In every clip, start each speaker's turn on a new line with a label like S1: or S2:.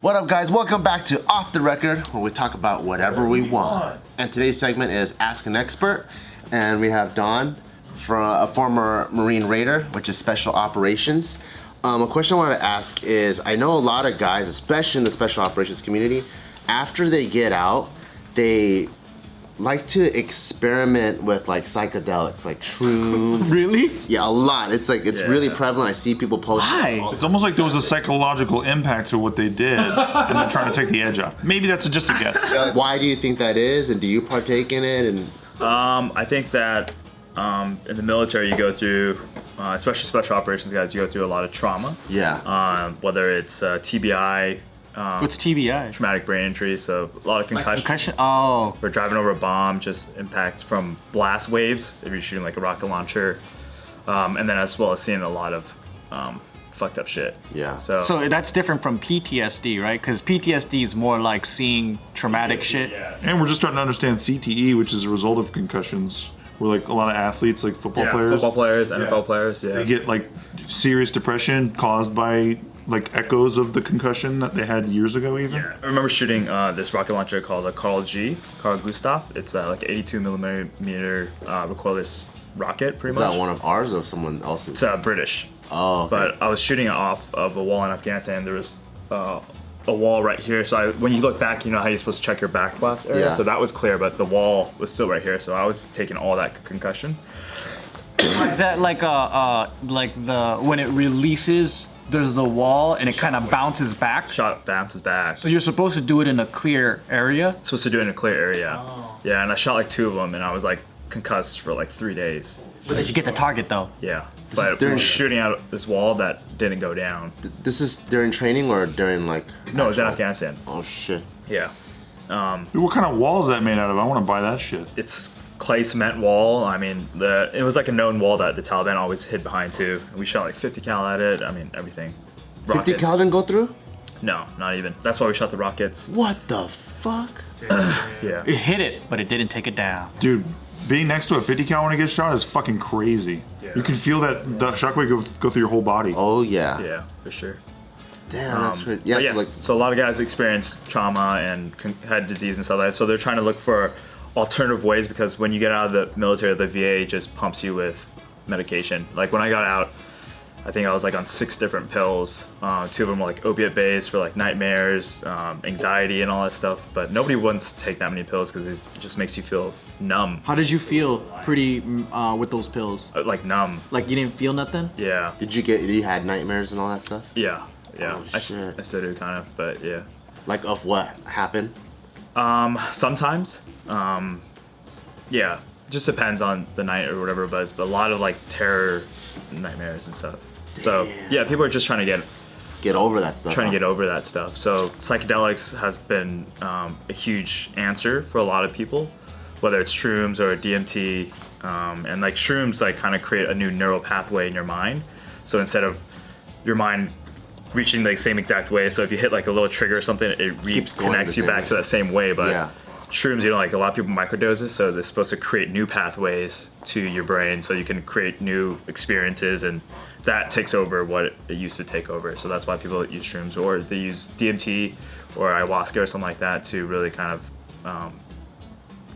S1: What up, guys? Welcome back to Off the Record, where we talk about whatever we want. And today's segment is Ask an Expert, and we have Don, from a former Marine Raider, which is Special Operations. Um, a question I wanted to ask is: I know a lot of guys, especially in the Special Operations community, after they get out, they like to experiment with like psychedelics, like shrooms.
S2: Really?
S1: yeah, a lot. It's like it's really
S3: Yeah.
S1: prevalent. I see people post.
S2: Why?
S1: all the
S3: It's almost like there was a psychological impact to what they did, and they're trying to take the edge off. Maybe that's just a guess.
S1: Why do you think that is, and do you partake in it? And
S4: Um, I think that um, in the military, you go through, uh, especially special operations guys, you go through a lot of trauma.
S1: yeah,
S4: Um, whether it's uh, TBI,
S2: What's TBI?
S4: traumatic brain injury, so a lot of concussions.
S2: Concussion? Oh.
S4: Or driving over a bomb, just impacts from blast waves if you're shooting like a rocket launcher, um, and then as well as seeing a lot of um, fucked up shit.
S1: Yeah.
S4: So,
S2: So that's different from PTSD, right? Because PTSD is more like seeing traumatic shit.
S4: Yeah.
S3: And we're just starting to understand CTE, which is a result of concussions. Where like a lot of athletes, like football
S4: Yeah,
S3: players,
S4: football players,
S3: Yeah.
S4: NFL players, yeah.
S3: they get like serious depression caused by like echoes of the concussion that they had years ago, even.
S4: Yeah. I remember shooting uh, this rocket launcher called a Carl G, Carl Gustav. It's uh, like 82 millimeter meter uh, recoilless rocket, pretty
S1: is
S4: much.
S1: that one of ours or someone else's?
S4: It's uh, British.
S1: Oh, okay.
S4: But I was shooting it off of a wall in Afghanistan. There was uh, a wall right here. So I, when you look back, you know how you're supposed to check your back blast area.
S1: Yeah.
S4: So that was clear, but the wall was still right here. So I was taking all that concussion.
S2: Is that like a uh, like the when it releases, there's the wall and it kind of bounces back. So
S4: Shot bounces back. So
S2: you're supposed to do it in a clear area.
S4: supposed to do it in a clear area. Yeah, and I shot like two of them, and I was like concussed for like three days.
S2: Did you get the target though?
S4: Yeah. But we
S1: during-
S4: were shooting out this wall that didn't go down.
S1: This is during training or during like?
S4: No, it was in Afghanistan.
S1: Oh shit.
S4: Yeah.
S3: Dude, What kind of wall is that made out of? I want to buy that shit.
S4: It's clay cement wall. I mean, the it was like a known wall that the Taliban always hid behind too. We shot like 50 cal at it. I mean, everything.
S1: 50
S4: Rockets.
S1: Cal didn't go through?
S4: No, not even. That's why we shot the rockets.
S1: What the fuck?
S4: Yeah.
S2: It hit it, but it didn't take it down.
S3: Dude, being next to a 50 cal when it gets shot is fucking crazy. You can feel that, that shockwave go, go through your whole body.
S1: Oh yeah.
S4: Yeah, for sure.
S1: Damn, that's
S4: Um,
S1: crazy.
S4: but
S1: Yeah,
S4: Yeah,
S1: so, like
S4: so a lot of guys experienced trauma and con- had disease and stuff like that. So they're trying to look for alternative ways because when you get out of the military, the VA just pumps you with medication. Like when I got out, I think I was like on six different pills. Uh, two of them were like opiate based for like nightmares, um, anxiety, and all that stuff. But nobody wants to take that many pills because it just makes you feel numb,
S2: How did you feel? Pretty mm, uh, with those pills?
S4: Uh, like numb.
S2: Like you didn't feel nothing?
S4: Yeah,
S1: did you get you had nightmares and all that stuff?
S4: yeah, yeah.
S1: Oh,
S4: I s-
S1: shit.
S4: I still do kind of, but yeah.
S1: Like of what happened?
S4: sometimes um yeah just depends on the night or whatever it was but a lot of like terror nightmares and stuff so
S1: Damn.
S4: yeah people are just trying to get
S1: Get over that stuff.
S4: trying to get over that stuff so psychedelics has been um, a huge answer for a lot of people whether it's shrooms or dmt um, and like shrooms like kind of create a new neural pathway in your mind so instead of your mind reaching the same exact way so if you hit like a little trigger or something it re-
S1: Keeps going
S4: connects
S1: the
S4: you
S1: same
S4: back
S1: way.
S4: to that same way but
S1: Yeah.
S4: shrooms, you know, like a lot of people microdose it, so they're supposed to create new pathways to your brain so you can create new experiences and that takes over what it used to take over. So that's why people use shrooms or they use DMT or ayahuasca or something like that to really kind of um,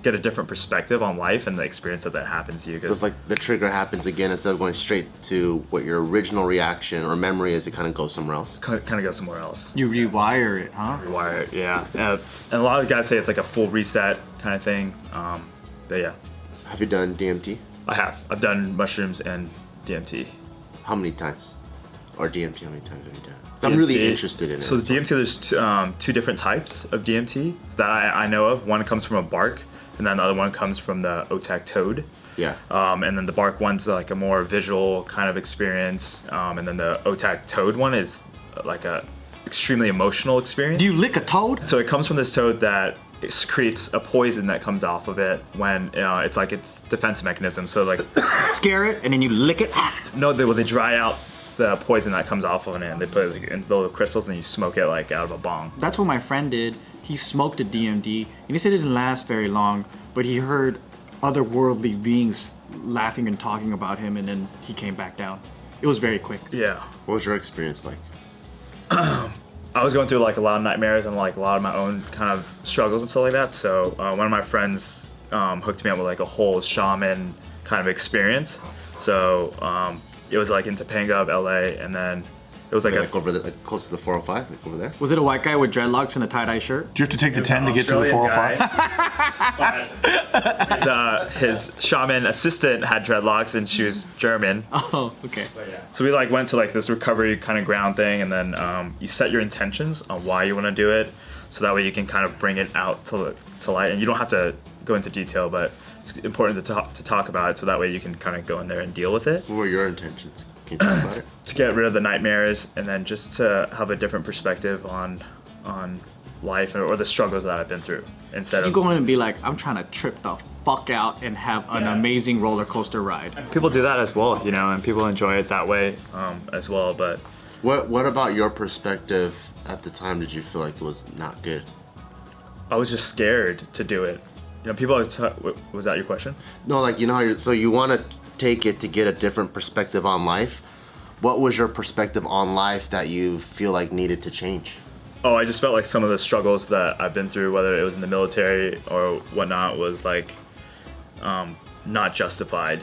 S4: get a different perspective on life and the experience that that happens to you.
S1: So it's
S4: Because
S1: like the trigger happens again instead of going straight to what your original reaction or memory is. It kind of goes somewhere else.
S4: kind of go somewhere else.
S2: You rewire it, huh?
S4: Wire, yeah. Uh, and a lot of guys say it's like a full reset kind of thing. Um, but yeah,
S1: Have you done DMT?
S4: I have. I've done mushrooms and DMT.
S1: How many times? Or DMT? How many times have you done? it? I'm really
S4: DMT.
S1: interested in it.
S4: So the DMT, there's t- um, two different types of DMT that I, I know of. One comes from a bark, and then the other one comes from the otak toad.
S1: yeah.
S4: Um, and then the bark one's like a more visual kind of experience, um, and then the otak toad one is uh, like a extremely emotional experience.
S2: Do you lick a toad?
S4: So it comes from this toad that secretes a poison that comes off of it when uh, it's like its defense mechanism. So like
S2: Scare it and then you lick it.
S4: No, they well they dry out the poison that comes off of it, and they put it like, in little crystals, and you smoke it like out of a bong.
S2: That's what my friend did. He smoked a DMD, and he said it didn't last very long, but he heard otherworldly beings laughing and talking about him, and then he came back down. It was very quick.
S4: Yeah.
S1: What was your experience like?
S4: I was going through like a lot of nightmares and like a lot of my own kind of struggles and stuff like that. So uh, one of my friends um, hooked me up with like a whole shaman kind of experience. So um, it was like in Topanga of LA, and then it was like a
S1: Like over the, like close to the 405, like over there.
S2: Was it a white guy with dreadlocks and a tie dye shirt?
S3: Do you have to take the 10 to get to the
S4: Australian
S3: 405?
S4: guy. But his, uh, his shaman assistant had dreadlocks and she was German.
S2: Oh, okay.
S4: So we like went to like this recovery kind of ground thing, and then um, you set your intentions on why you want to do it, so that way you can kind of bring it out to to light, and you don't have to go into detail, but it's important to talk to talk about it, so that way you can kind of go in there and deal with it
S1: What were your intentions? Can you talk about it?
S4: to get rid of the nightmares, and then just to have a different perspective on on life or, or the struggles that I've been through instead
S2: You
S4: of
S2: go in and be like, I'm trying to trip the fuck out and have an
S4: Yeah.
S2: amazing roller coaster ride.
S4: people do that as well, you know, and people enjoy it that way um, as well. But
S1: What What about your perspective at the time? Did you feel like it was not good?
S4: I was just scared to do it. You know, people always ta- w was that your question?
S1: No, like you know, how you're, so you want to take it to get a different perspective on life. What was your perspective on life that you feel like needed to change?
S4: Oh, I just felt like some of the struggles that I've been through, whether it was in the military or whatnot, was like um, not justified.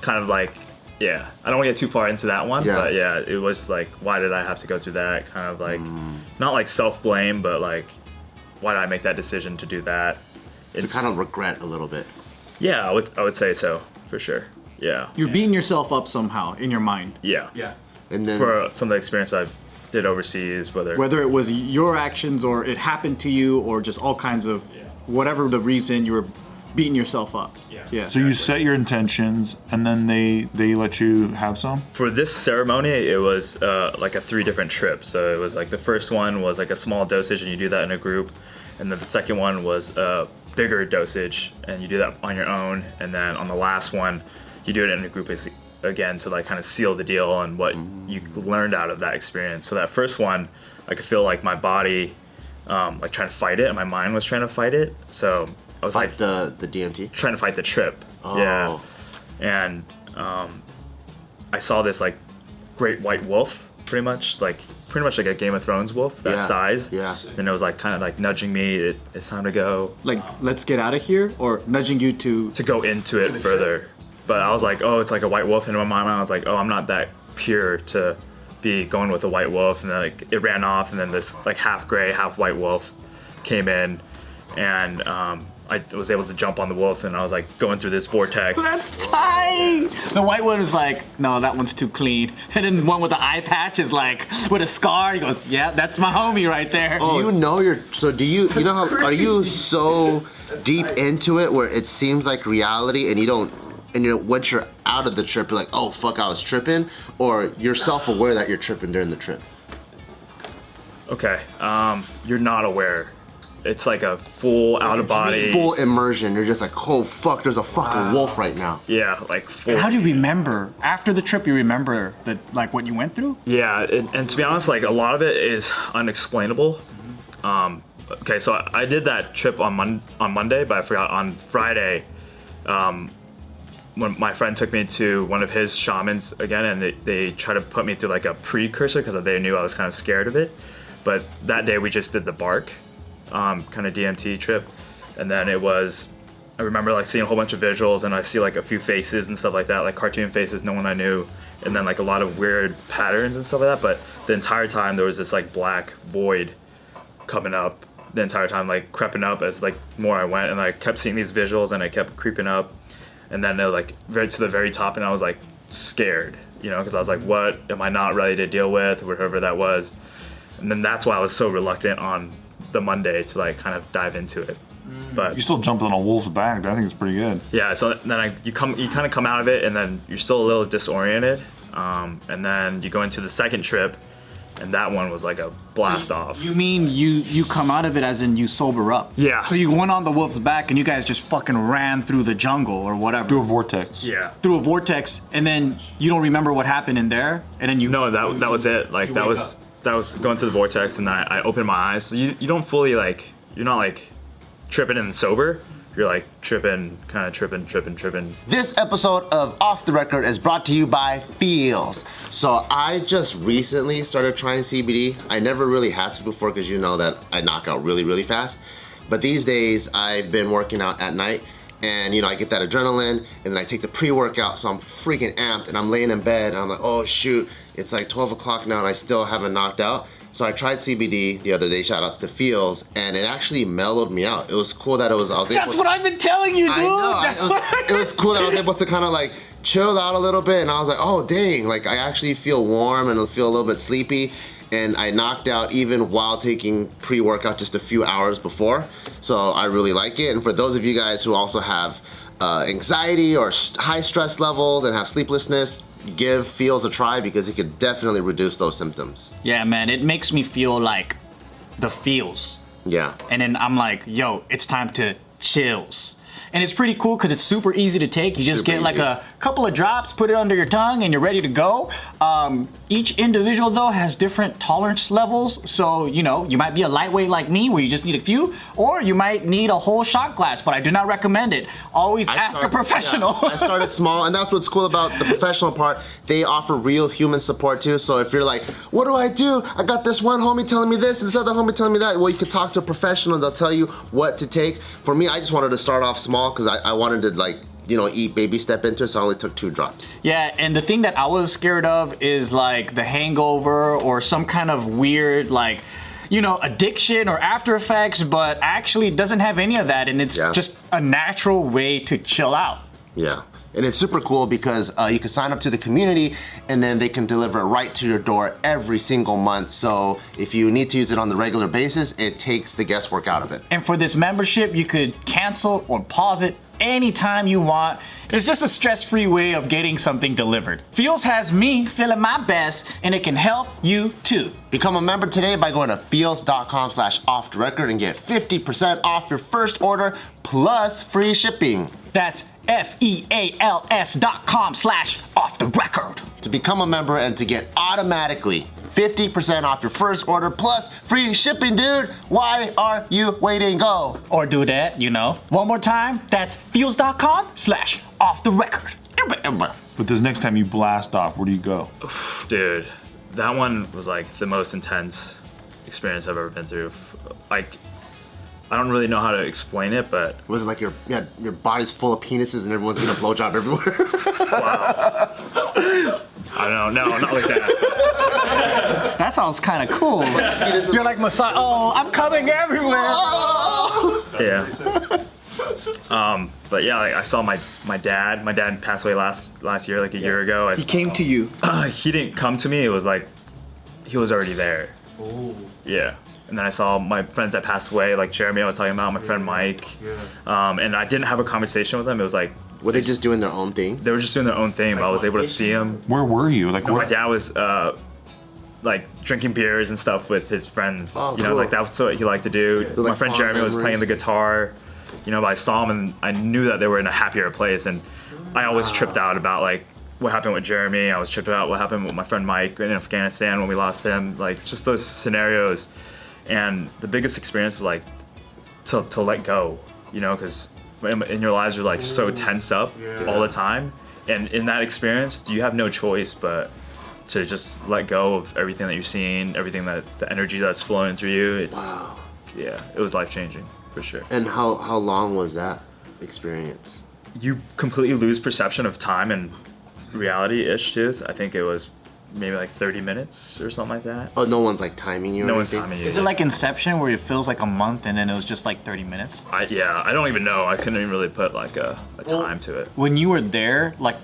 S4: Kind of like, yeah. I don't want to get too far into that one,
S1: Yeah.
S4: but yeah, it was just like, why did I have to go through that? Kind of like, not like self blame, but like, why did I make that decision to do that?
S1: To kind of regret a little bit.
S4: yeah, I would, I would say so for sure. Yeah,
S2: You're beating yourself up somehow in your mind.
S4: yeah,
S1: And then
S4: For some of the experience I did overseas, whether
S2: Whether it was your actions or it happened to you or just all kinds of whatever the reason you were beating yourself up. Yeah. yeah.
S3: So you set your intentions and then they they let you have some?
S4: for this ceremony, it was uh, like a three different trip. So it was like the first one was like a small dosage, and you do that in a group, and then the second one was a bigger dosage, and you do that on your own, and then on the last one, you do it in a group as- again to like kind of seal the deal and what you learned out of that experience. So that first one, I could feel like my body, um, like trying to fight it, and my mind was trying to fight it. So I was like
S1: like the the DMT.
S4: trying to fight the trip.
S1: Oh.
S4: Yeah. And um, I saw this like great white wolf, pretty much like pretty much like a Game of Thrones wolf that
S1: Yeah,
S4: size.
S1: yeah.
S4: And it was like kind of like nudging me. It, it's time to go
S2: Like, let's get out of here or nudging you to.
S4: to go into it further. But I was like, oh, it's like a white wolf. And in my mind, I was like, oh, I'm not that pure to be going with a white wolf. And then like it ran off, and then this like half gray, half white wolf came in, and um, I was able to jump on the wolf, and I was like going through this vortex.
S2: That's tight! The white one is like, no, that one's too clean. And then the one with the eye patch is like, with a scar. He goes, yeah, that's my homie right there.
S5: Oh,
S1: Do you know your so do you you know how are you so deep into it where it seems like reality and you don't and you once you're out of the trip you're like oh fuck I was tripping or you're self aware that you're tripping during the trip.
S4: Okay. Um, you're not aware. It's like a full out of body.
S1: Full immersion. You're just like oh fuck there's a fucking wolf right now.
S4: Yeah, like full.
S2: How do you remember after the trip? You remember that like what you went through?
S4: Yeah, and, and to be honest, like a lot of it is unexplainable. Um, okay, so I, I did that trip on Mon- on Monday, but I forgot on Friday. Um, when my friend took me to one of his shamans again, and they, they tried to put me through like a precursor because they knew I was kind of scared of it. But that day we just did the bark, um, kind of DMT trip, and then it was. I remember like seeing a whole bunch of visuals, and I see like a few faces and stuff like that, like cartoon faces, no one I knew, and then like a lot of weird patterns and stuff like that. But the entire time there was this like black void coming up the entire time, like creeping up as like more I went, and I kept seeing these visuals, and I kept creeping up, and then they're like very to the very top, and I was like scared, you know, because I was like, what am I not ready to deal with, whatever that was, and then that's why I was so reluctant on the Monday to like kind of dive into it. But
S3: You still jumped on a wolf's back. I think it's pretty good.
S4: yeah, so then I, you come, you kind of come out of it, and then you're still a little disoriented, um, and then you go into the second trip, and that one was like a blast off.
S2: You mean you you come out of it as in you sober up?
S4: Yeah.
S2: So you went on the wolf's back and you guys just fucking ran through the jungle or whatever.
S3: Do a vortex.
S4: yeah.
S2: through a vortex and then you don't remember what happened in there and then you
S4: No, that that was it. Like that
S2: wake
S4: was
S2: up.
S4: that was going through the vortex, and I, I opened my eyes. So you you don't fully like you're not like tripping and sober. You're you're like tripping, kind of tripping, tripping, tripping.
S1: This episode of Off the Record is brought to you by Feels. So I just recently started trying CBD. I never really had to before because you know that I knock out really, really fast. But these days I've been working out at night and you know I get that adrenaline and then I take the pre-workout so I'm freaking amped and I'm laying in bed and I'm like, oh shoot, it's like 12 o'clock now and I still haven't knocked out. So I tried CBD the other day, shout outs to Feels, and it actually mellowed me out. It was cool that it was, I was able
S2: That's
S1: to-
S2: what I've been telling you, dude.
S1: I know. I-
S2: That's
S1: it, was, it was cool that I was able to kind of like chill out a little bit, and I was like, oh dang, like I actually feel warm and I feel a little bit sleepy, and I knocked out even while taking pre-workout just a few hours before. So I really like it, and for those of you guys who also have uh, anxiety or s- high stress levels and have sleeplessness. Give feels a try because it could definitely reduce those symptoms.
S5: Yeah, man, it makes me feel like the feels.
S1: Yeah.
S5: And then I'm like, yo, it's time to chills. And it's pretty cool because it's super easy to take. You just
S1: Super
S5: get like
S1: easy.
S5: a couple of drops, put it under your tongue, and you're ready to go. Um, each individual, though, has different tolerance levels. So, you know, you might be a lightweight like me where you just need a few, or you might need a whole shot glass, but I do not recommend it. Always
S1: I
S5: ask
S1: started-
S5: a professional.
S1: yeah, I started small, and that's what's cool about the professional part. They offer real human support too. So if you're like, what do I do? I got this one homie telling me this, and this other homie telling me that. Well, you can talk to a professional. They'll tell you what to take. For me, I just wanted to start off small because I, I wanted to like, you know, eat baby step into. it, So I only took two drops.
S5: Yeah, and the thing that I was scared of is like the hangover or some kind of weird like you know addiction or after effects, but actually it doesn't have any of that and it's
S1: Yeah.
S5: just a natural way to chill out.
S1: Yeah. And it's super cool because uh, you can sign up to the community and then they can deliver it right to your door every single month. So if you need to use it on the regular basis, it takes the guesswork out of it.
S5: And for this membership, you could cancel or pause it anytime you want. It's just a stress free way of getting something delivered. Feels has me feeling my best, and it can help you too.
S1: Become a member today by going to feels.com slash off the record and get 50% off your first order plus free shipping.
S5: That's F E A L S dot com slash off the record.
S1: To become a member and to get automatically 50% off your first order plus free shipping, dude, why are you waiting? Go.
S5: or do that, you know. One more time, that's feels.com slash off the record.
S3: But this next time you blast off, where do you go?
S4: Dude, that one was like the most intense experience I've ever been through. Like, I don't really know how to explain it, but
S1: Was it like your yeah, your body's full of penises and everyone's getting a blowjob everywhere?
S4: I don't know. No, not like that.
S5: That sounds kind of cool. You're like Messiah. Oh, I'm coming everywhere.
S4: yeah. Um, but yeah, like, I saw my my dad. My dad passed away last last year, like a year ago. I
S2: He came to you.
S4: Uh, he didn't come to me. It was like he was already there. Yeah. And then I saw my friends that passed away, like Jeremy, I was talking about, my friend Mike. Um, and I didn't have a conversation with them. It was like
S1: Were they just doing their own thing?
S4: they were just doing their own thing, but I was able to see them.
S3: Where were you? Like
S4: My
S3: where?
S4: dad was uh, like drinking beers and stuff with his friends.
S1: Oh,
S4: you know,
S1: cool.
S4: like that's what he liked to do.
S1: So,
S4: my
S1: like,
S4: friend
S1: fond
S4: Jeremy was playing the
S1: memories.
S4: guitar. You know, but I saw him and I knew that they were in a happier place. And I always tripped out about like what happened with Jeremy. I was tripped out what happened with my friend Mike in Afghanistan when we lost him. Like just those scenarios. And the biggest experience is like to, to let go, you know, because in, in your lives you're like so tense up all the time, and in that experience you have no choice but to just let go of everything that you're seeing, everything that the energy that's flowing through you. It's yeah, it was life changing for sure.
S1: And how, how long was that experience?
S4: You completely lose perception of time and reality ish too. So I think it was maybe like 30 minutes or something like that.
S1: Oh, no one's like timing you or
S4: No one's
S1: anything?
S4: timing
S5: Is it
S4: you.
S5: like Inception where it feels like a month and then it was just like 30 minutes?
S4: I, yeah, I don't even know. I couldn't even really put like a, a time to it.
S5: When you were there, like,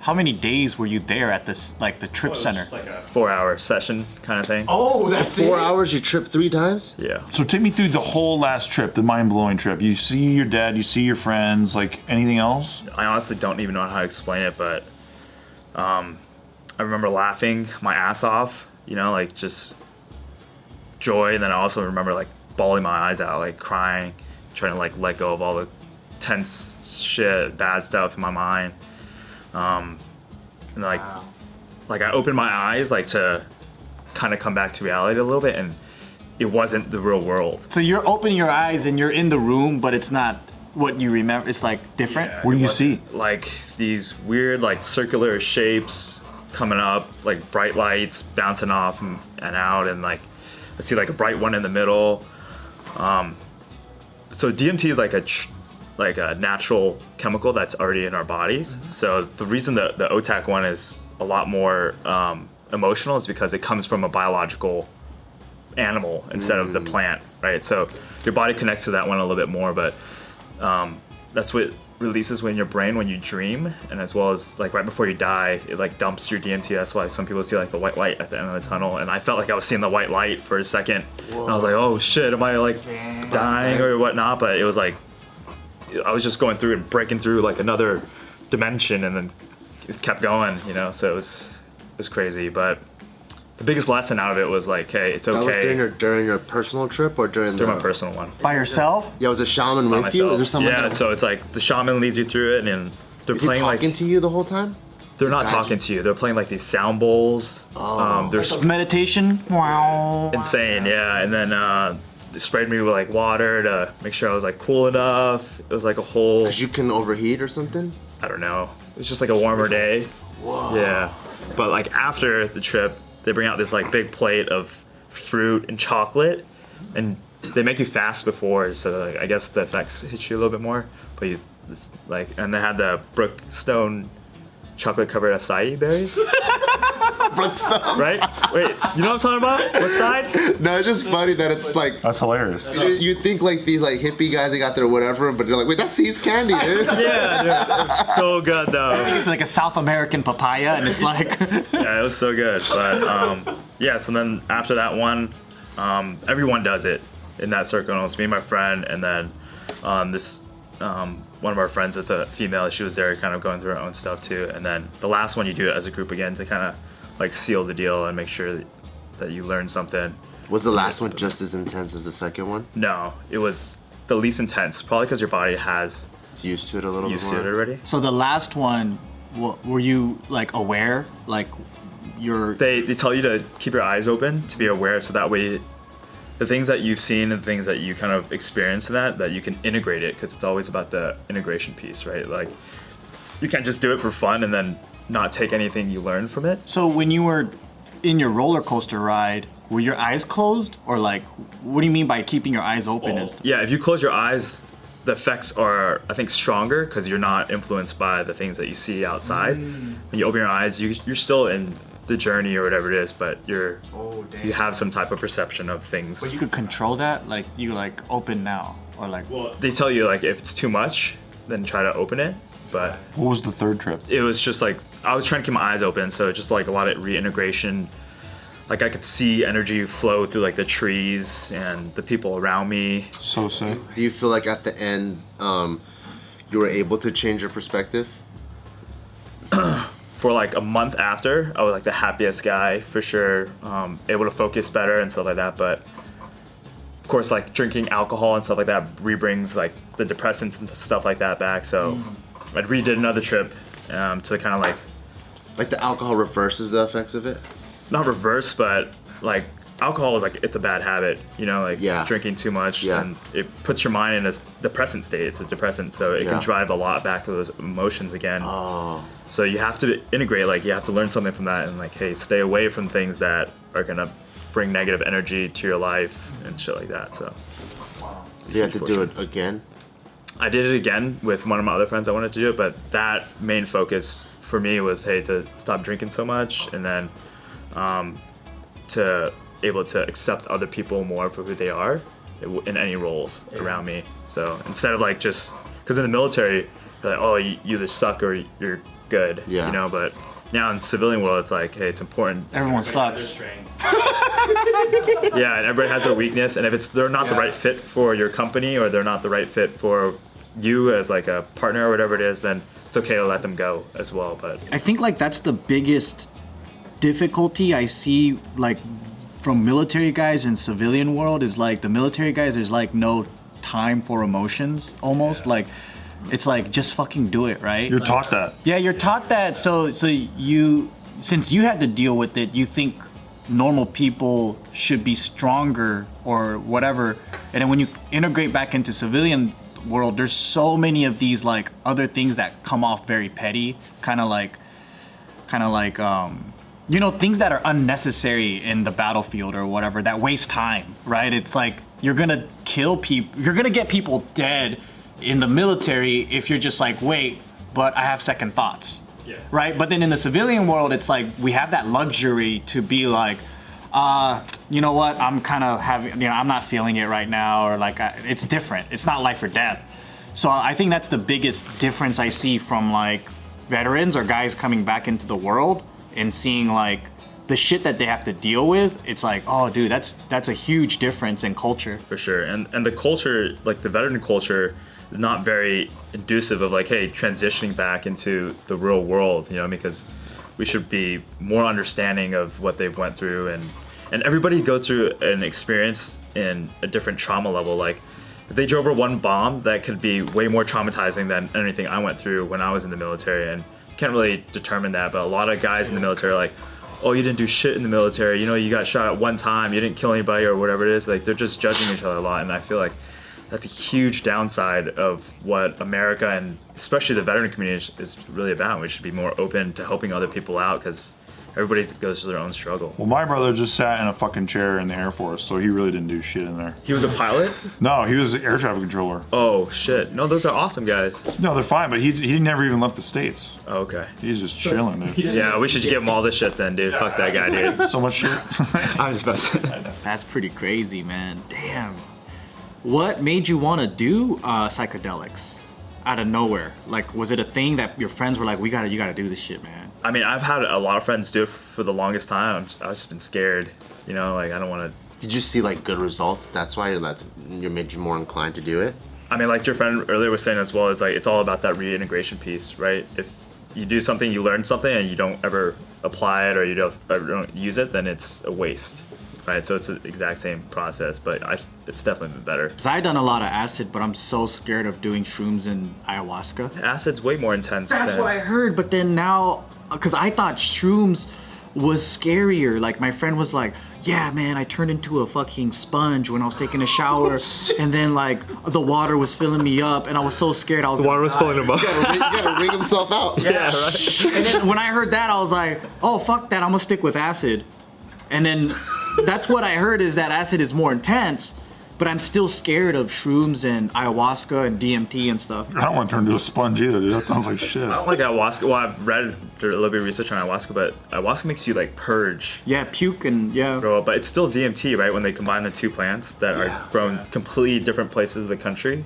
S5: how many days were you there at this, like, the trip center?
S4: Four hour session kind of thing.
S1: Oh, that's Four hours, you trip three times?
S4: Yeah.
S3: So take me through the whole last trip, the mind blowing trip. You see your dad, you see your friends, like anything else?
S4: I honestly don't even know how to explain it, but um, I remember laughing my ass off, you know, like just joy. And then I also remember like bawling my eyes out, like crying, trying to like let go of all the tense shit, bad stuff in my mind. Um, and like, like I opened my eyes like to kind of come back to reality a little bit, and it wasn't the real world.
S5: So you're opening your eyes and you're in the room, but it's not
S2: what you remember is like different.
S4: Yeah.
S3: What do you
S4: What-
S3: see?
S4: like these weird like circular shapes coming up like bright lights bouncing off and and out and like i see like a bright one in the middle um so dmt is like a tr- like a natural chemical that's already in our bodies so the reason that the otac one is a lot more um, emotional is because it comes from a biological animal instead of the plant right so your body connects to that one a little bit more but that's what releases when your brain when you dream and as well as like right before you die it like dumps your dmt that's why some people see like the white light at the end of the tunnel and i felt like i was seeing the white light for a second and i was like oh shit am i like dying or whatnot but it was like i was just going through and breaking through like another dimension and then it kept going you know so it was it was crazy but the biggest lesson out of it was like hey it's
S1: That was
S4: okay
S1: during your during your personal trip or during,
S4: Through
S1: the
S4: my personal one
S5: by yourself.
S1: Yeah, was a shaman with
S4: by
S1: you?
S4: myself.
S1: Is there someone
S4: yeah,
S1: that-
S4: so it's like the shaman leads you through it, and they're
S1: is he
S4: playing
S1: talking
S4: like
S1: to you the whole time?
S4: they're not
S1: Gotcha. Oh,
S4: talking to you. They're playing like these sound bowls. Um, they're s-
S5: Meditation. Wow.
S4: insane, yeah. And then uh, they sprayed me with like water to make sure I was like cool enough. It was like a whole
S1: Cause you can overheat or something.
S4: I don't know. It was just like a warmer day. Whoa. Yeah. But like after the trip, they bring out this like big plate of fruit and chocolate, and they make you fast before, so like, I guess the effects hit you a little bit more. But you it's like, and they had the Brookstone chocolate covered acai berries. Brookstone. Right? Wait, you know what I'm talking about? What side?
S1: No, it's just funny that it's like
S3: That's hilarious.
S1: you, you think like these like hippie guys that got there whatever, but they're like, wait, that's seeds candy, dude.
S4: Yeah, dude, it was so good though.
S5: It's like a South American papaya, and it's like
S4: yeah, it was so good. But um, yeah, so then after that one, um, everyone does it in that circle. And it was me, and my friend, and then um, this um, one of our friends that's a female. She was there, kind of going through her own stuff too. And then the last one, you do it as a group again to kind of like seal the deal and make sure that, that you learn something.
S1: was the last one just as intense as the second one?
S4: No, it was the least intense, probably because your body has
S1: It's used to it a little
S4: used
S1: bit
S4: to it
S1: more.
S4: already.
S5: so. The last one, wa- were you like aware, like your
S4: they, they tell you to keep your eyes open to be aware so that way the things that you've seen and things that you kind of experience in that that you can integrate it because it's always about the integration piece right like you can't just do it for fun and then not take anything you learn from it
S5: So when you were in your roller coaster ride, were your eyes closed or like what do you mean by keeping your eyes open? and stuff?
S4: yeah if you close your eyes the effects are i think stronger because you're not influenced by the things that you see outside when you open your eyes you, you're still in the journey or whatever it is but you're you have some type of perception of things
S5: You could control that, like you like open now or like
S4: they tell you like if it's too much then try to open it but
S3: What was the third trip?
S4: it was just like i was trying to keep my eyes open so just like a lot of reintegration like i could see energy flow through like the trees and the people around me
S3: So sick.
S1: Do you feel like at the end, um, you were able to change your perspective?
S4: for like a month after i was like the happiest guy for sure um, able to focus better and stuff like that but of course like drinking alcohol and stuff like that rebrings like the depressants and stuff like that back so i redid another trip um, to kind of like
S1: Like the alcohol reverses the effects of it.
S4: not reverse, but like alcohol is like it's a bad habit, you know, like
S1: Yeah.
S4: drinking too much
S1: Yeah.
S4: and it puts your mind in a depressant state. It's a depressant, so it
S1: Yeah.
S4: can drive a lot back to those emotions again.
S1: Oh.
S4: So you have to integrate, like you have to learn something from that and like, hey, stay away from things that are gonna bring negative energy to your life and shit like that. So
S1: So you had to do it again.
S4: I did it again with one of my other friends. I wanted to do it, but that main focus for me was hey to stop drinking so much, and then um, to able to accept other people more for who they are in any roles around me. So instead of like just because in the military, you're like oh you you either suck or you're good,
S1: Yeah.
S4: you know. But now in the civilian world, it's like hey it's important.
S5: everyone sucks.
S4: yeah, and everybody has their weakness, and if it's they're not the right fit for your company or they're not the right fit for you as like a partner or whatever it is, then it's okay to let them go as well. But
S5: I think like that's the biggest difficulty I see like from military guys and civilian world is like the military guys there's like no time for emotions almost like it's like just fucking do it, right?
S3: You're taught that.
S5: Yeah, you're taught that. So, so you, since you had to deal with it, you think normal people should be stronger or whatever. And then when you integrate back into civilian world, there's so many of these like other things that come off very petty, kind of like, kind of like, um, you know, things that are unnecessary in the battlefield or whatever that waste time, right? It's like you're gonna kill people, you're gonna get people dead in the military if you're just like, wait, but I have second thoughts,
S4: Yes.
S5: right? But then in the civilian world, it's like we have that luxury to be like, uh, you know what? I'm kind of having, you know, I'm not feeling it right now, or like, I, it's different. It's not life or death. So I think that's the biggest difference I see from like veterans or guys coming back into the world and seeing like the shit that they have to deal with. It's like, oh, dude, that's that's a huge difference in culture.
S4: for sure. And and the culture, like the veteran culture, is not very inducive of like, hey, transitioning back into the real world, you know, because we should be more understanding of what they've went through and and everybody goes through an experience in a different trauma level. Like if they drove over one bomb, that could be way more traumatizing than anything I went through when I was in the military and you can't really determine that, but a lot of guys in the military are like, oh, you didn't do shit in the military. You know, you got shot at one time. You didn't kill anybody or whatever it is. Like, they're just judging each other a lot. And I feel like that's a huge downside of what America and especially the veteran community is is really about. We should be more open to helping other people out because everybody goes through their own struggle.
S3: Well, my brother just sat in a fucking chair in the Air Force, so he really didn't do shit in there.
S4: He was a pilot?
S3: No, he was an air traffic controller.
S4: Oh, shit. No, those are awesome guys.
S3: No, they're fine, but he, he never even left the states.
S4: Oh, okay.
S3: He's just chilling, dude.
S4: Yeah, we should give him all this shit then, dude. Fuck that guy, dude.
S3: So much shit.
S4: I'm just messing.
S2: That's pretty crazy, man. Damn. What made you want to do uh, psychedelics out of nowhere? Like, was it a thing that your friends were like, "We gotta, you gotta do this shit, man"?
S4: I mean, I've had a lot of friends do it for the longest time. I'm just, I've just been scared. You know, like I don't want to
S1: Did you see like good results? That's why that's you made you more inclined to do it.
S4: I mean, like your friend earlier was saying as well, is like it's all about that reintegration piece, right? If you do something, you learn something, and you don't ever apply it or you don't, or don't use it, then it's a waste, right? So it's the exact same process, but I, it's definitely been better.
S2: Cause I done a lot of acid, but I'm so scared of doing shrooms and ayahuasca.
S4: Acid's way more intense.
S2: That's
S4: than,
S2: what I heard, but then now, because I thought shrooms was scarier. Like, my friend was like, yeah, man, I turned into a fucking sponge when I was taking a
S4: Oh,
S2: shower, and then, like, the water was filling me up, and I was so scared. I was
S4: Water was filling him up.
S1: You gotta, ring- you gotta ring himself out.
S4: Yeah, right.
S2: And then when I heard that, I was like, oh, fuck that, I'm gonna stick with acid. And then that's what I heard is that acid is more intense, but I'm still scared of shrooms and ayahuasca and DMT and stuff.
S3: I don't want to turn into a sponge either, dude. That sounds like shit.
S4: I don't like ayahuasca. Well, I've read a little bit of research on ayahuasca, but ayahuasca makes you like purge
S2: Yeah, puke and yeah.
S4: grow up, but it's still DMT, right? When they combine the two plants that are grown completely different places of the country,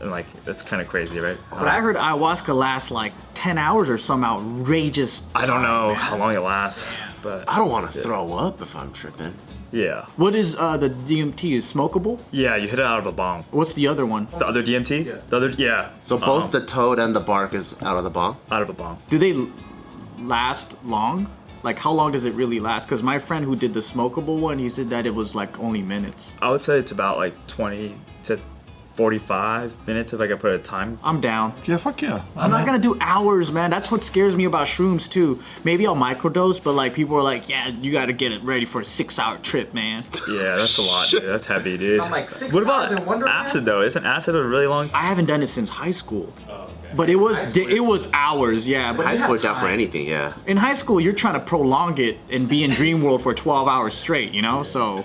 S4: and like that's kind of crazy, right?
S2: But I heard ayahuasca lasts like 10 hours or some outrageous.
S4: I don't
S6: Oh,
S4: know how long it lasts, but
S1: I don't want to throw up if I'm tripping.
S4: yeah,
S2: What is uh, the DMT? Is smokable?
S4: yeah, you hit it out of a bomb.
S2: What's the other one?
S4: The other DMT, the other yeah,
S1: So both the toad and the bark is out of the bomb.
S4: out of a bomb.
S2: Do they l- last long? Like, how long does it really last? Because my friend who did the smokable one, he said that it was like only minutes.
S4: I would say it's about like 20 to 45 minutes if I could put a time.
S2: I'm down.
S3: Yeah, fuck yeah.
S2: I'm not gonna do hours, man. That's what scares me about shrooms too. Maybe I'll microdose, but like people are like, yeah, you gotta get it ready for a six-hour trip, man.
S4: Yeah, that's a lot, dude. That's heavy, dude.
S6: I'm like, six
S4: what about
S6: hours in Wonderland?
S4: acid though? Isn't acid a really long?
S2: I haven't done it since high school.
S1: Oh,
S2: But it was it was hours, yeah. But
S1: High school is down for anything, yeah.
S2: in high school, you're trying to prolong it and be in dream world for 12 hours straight, you know? So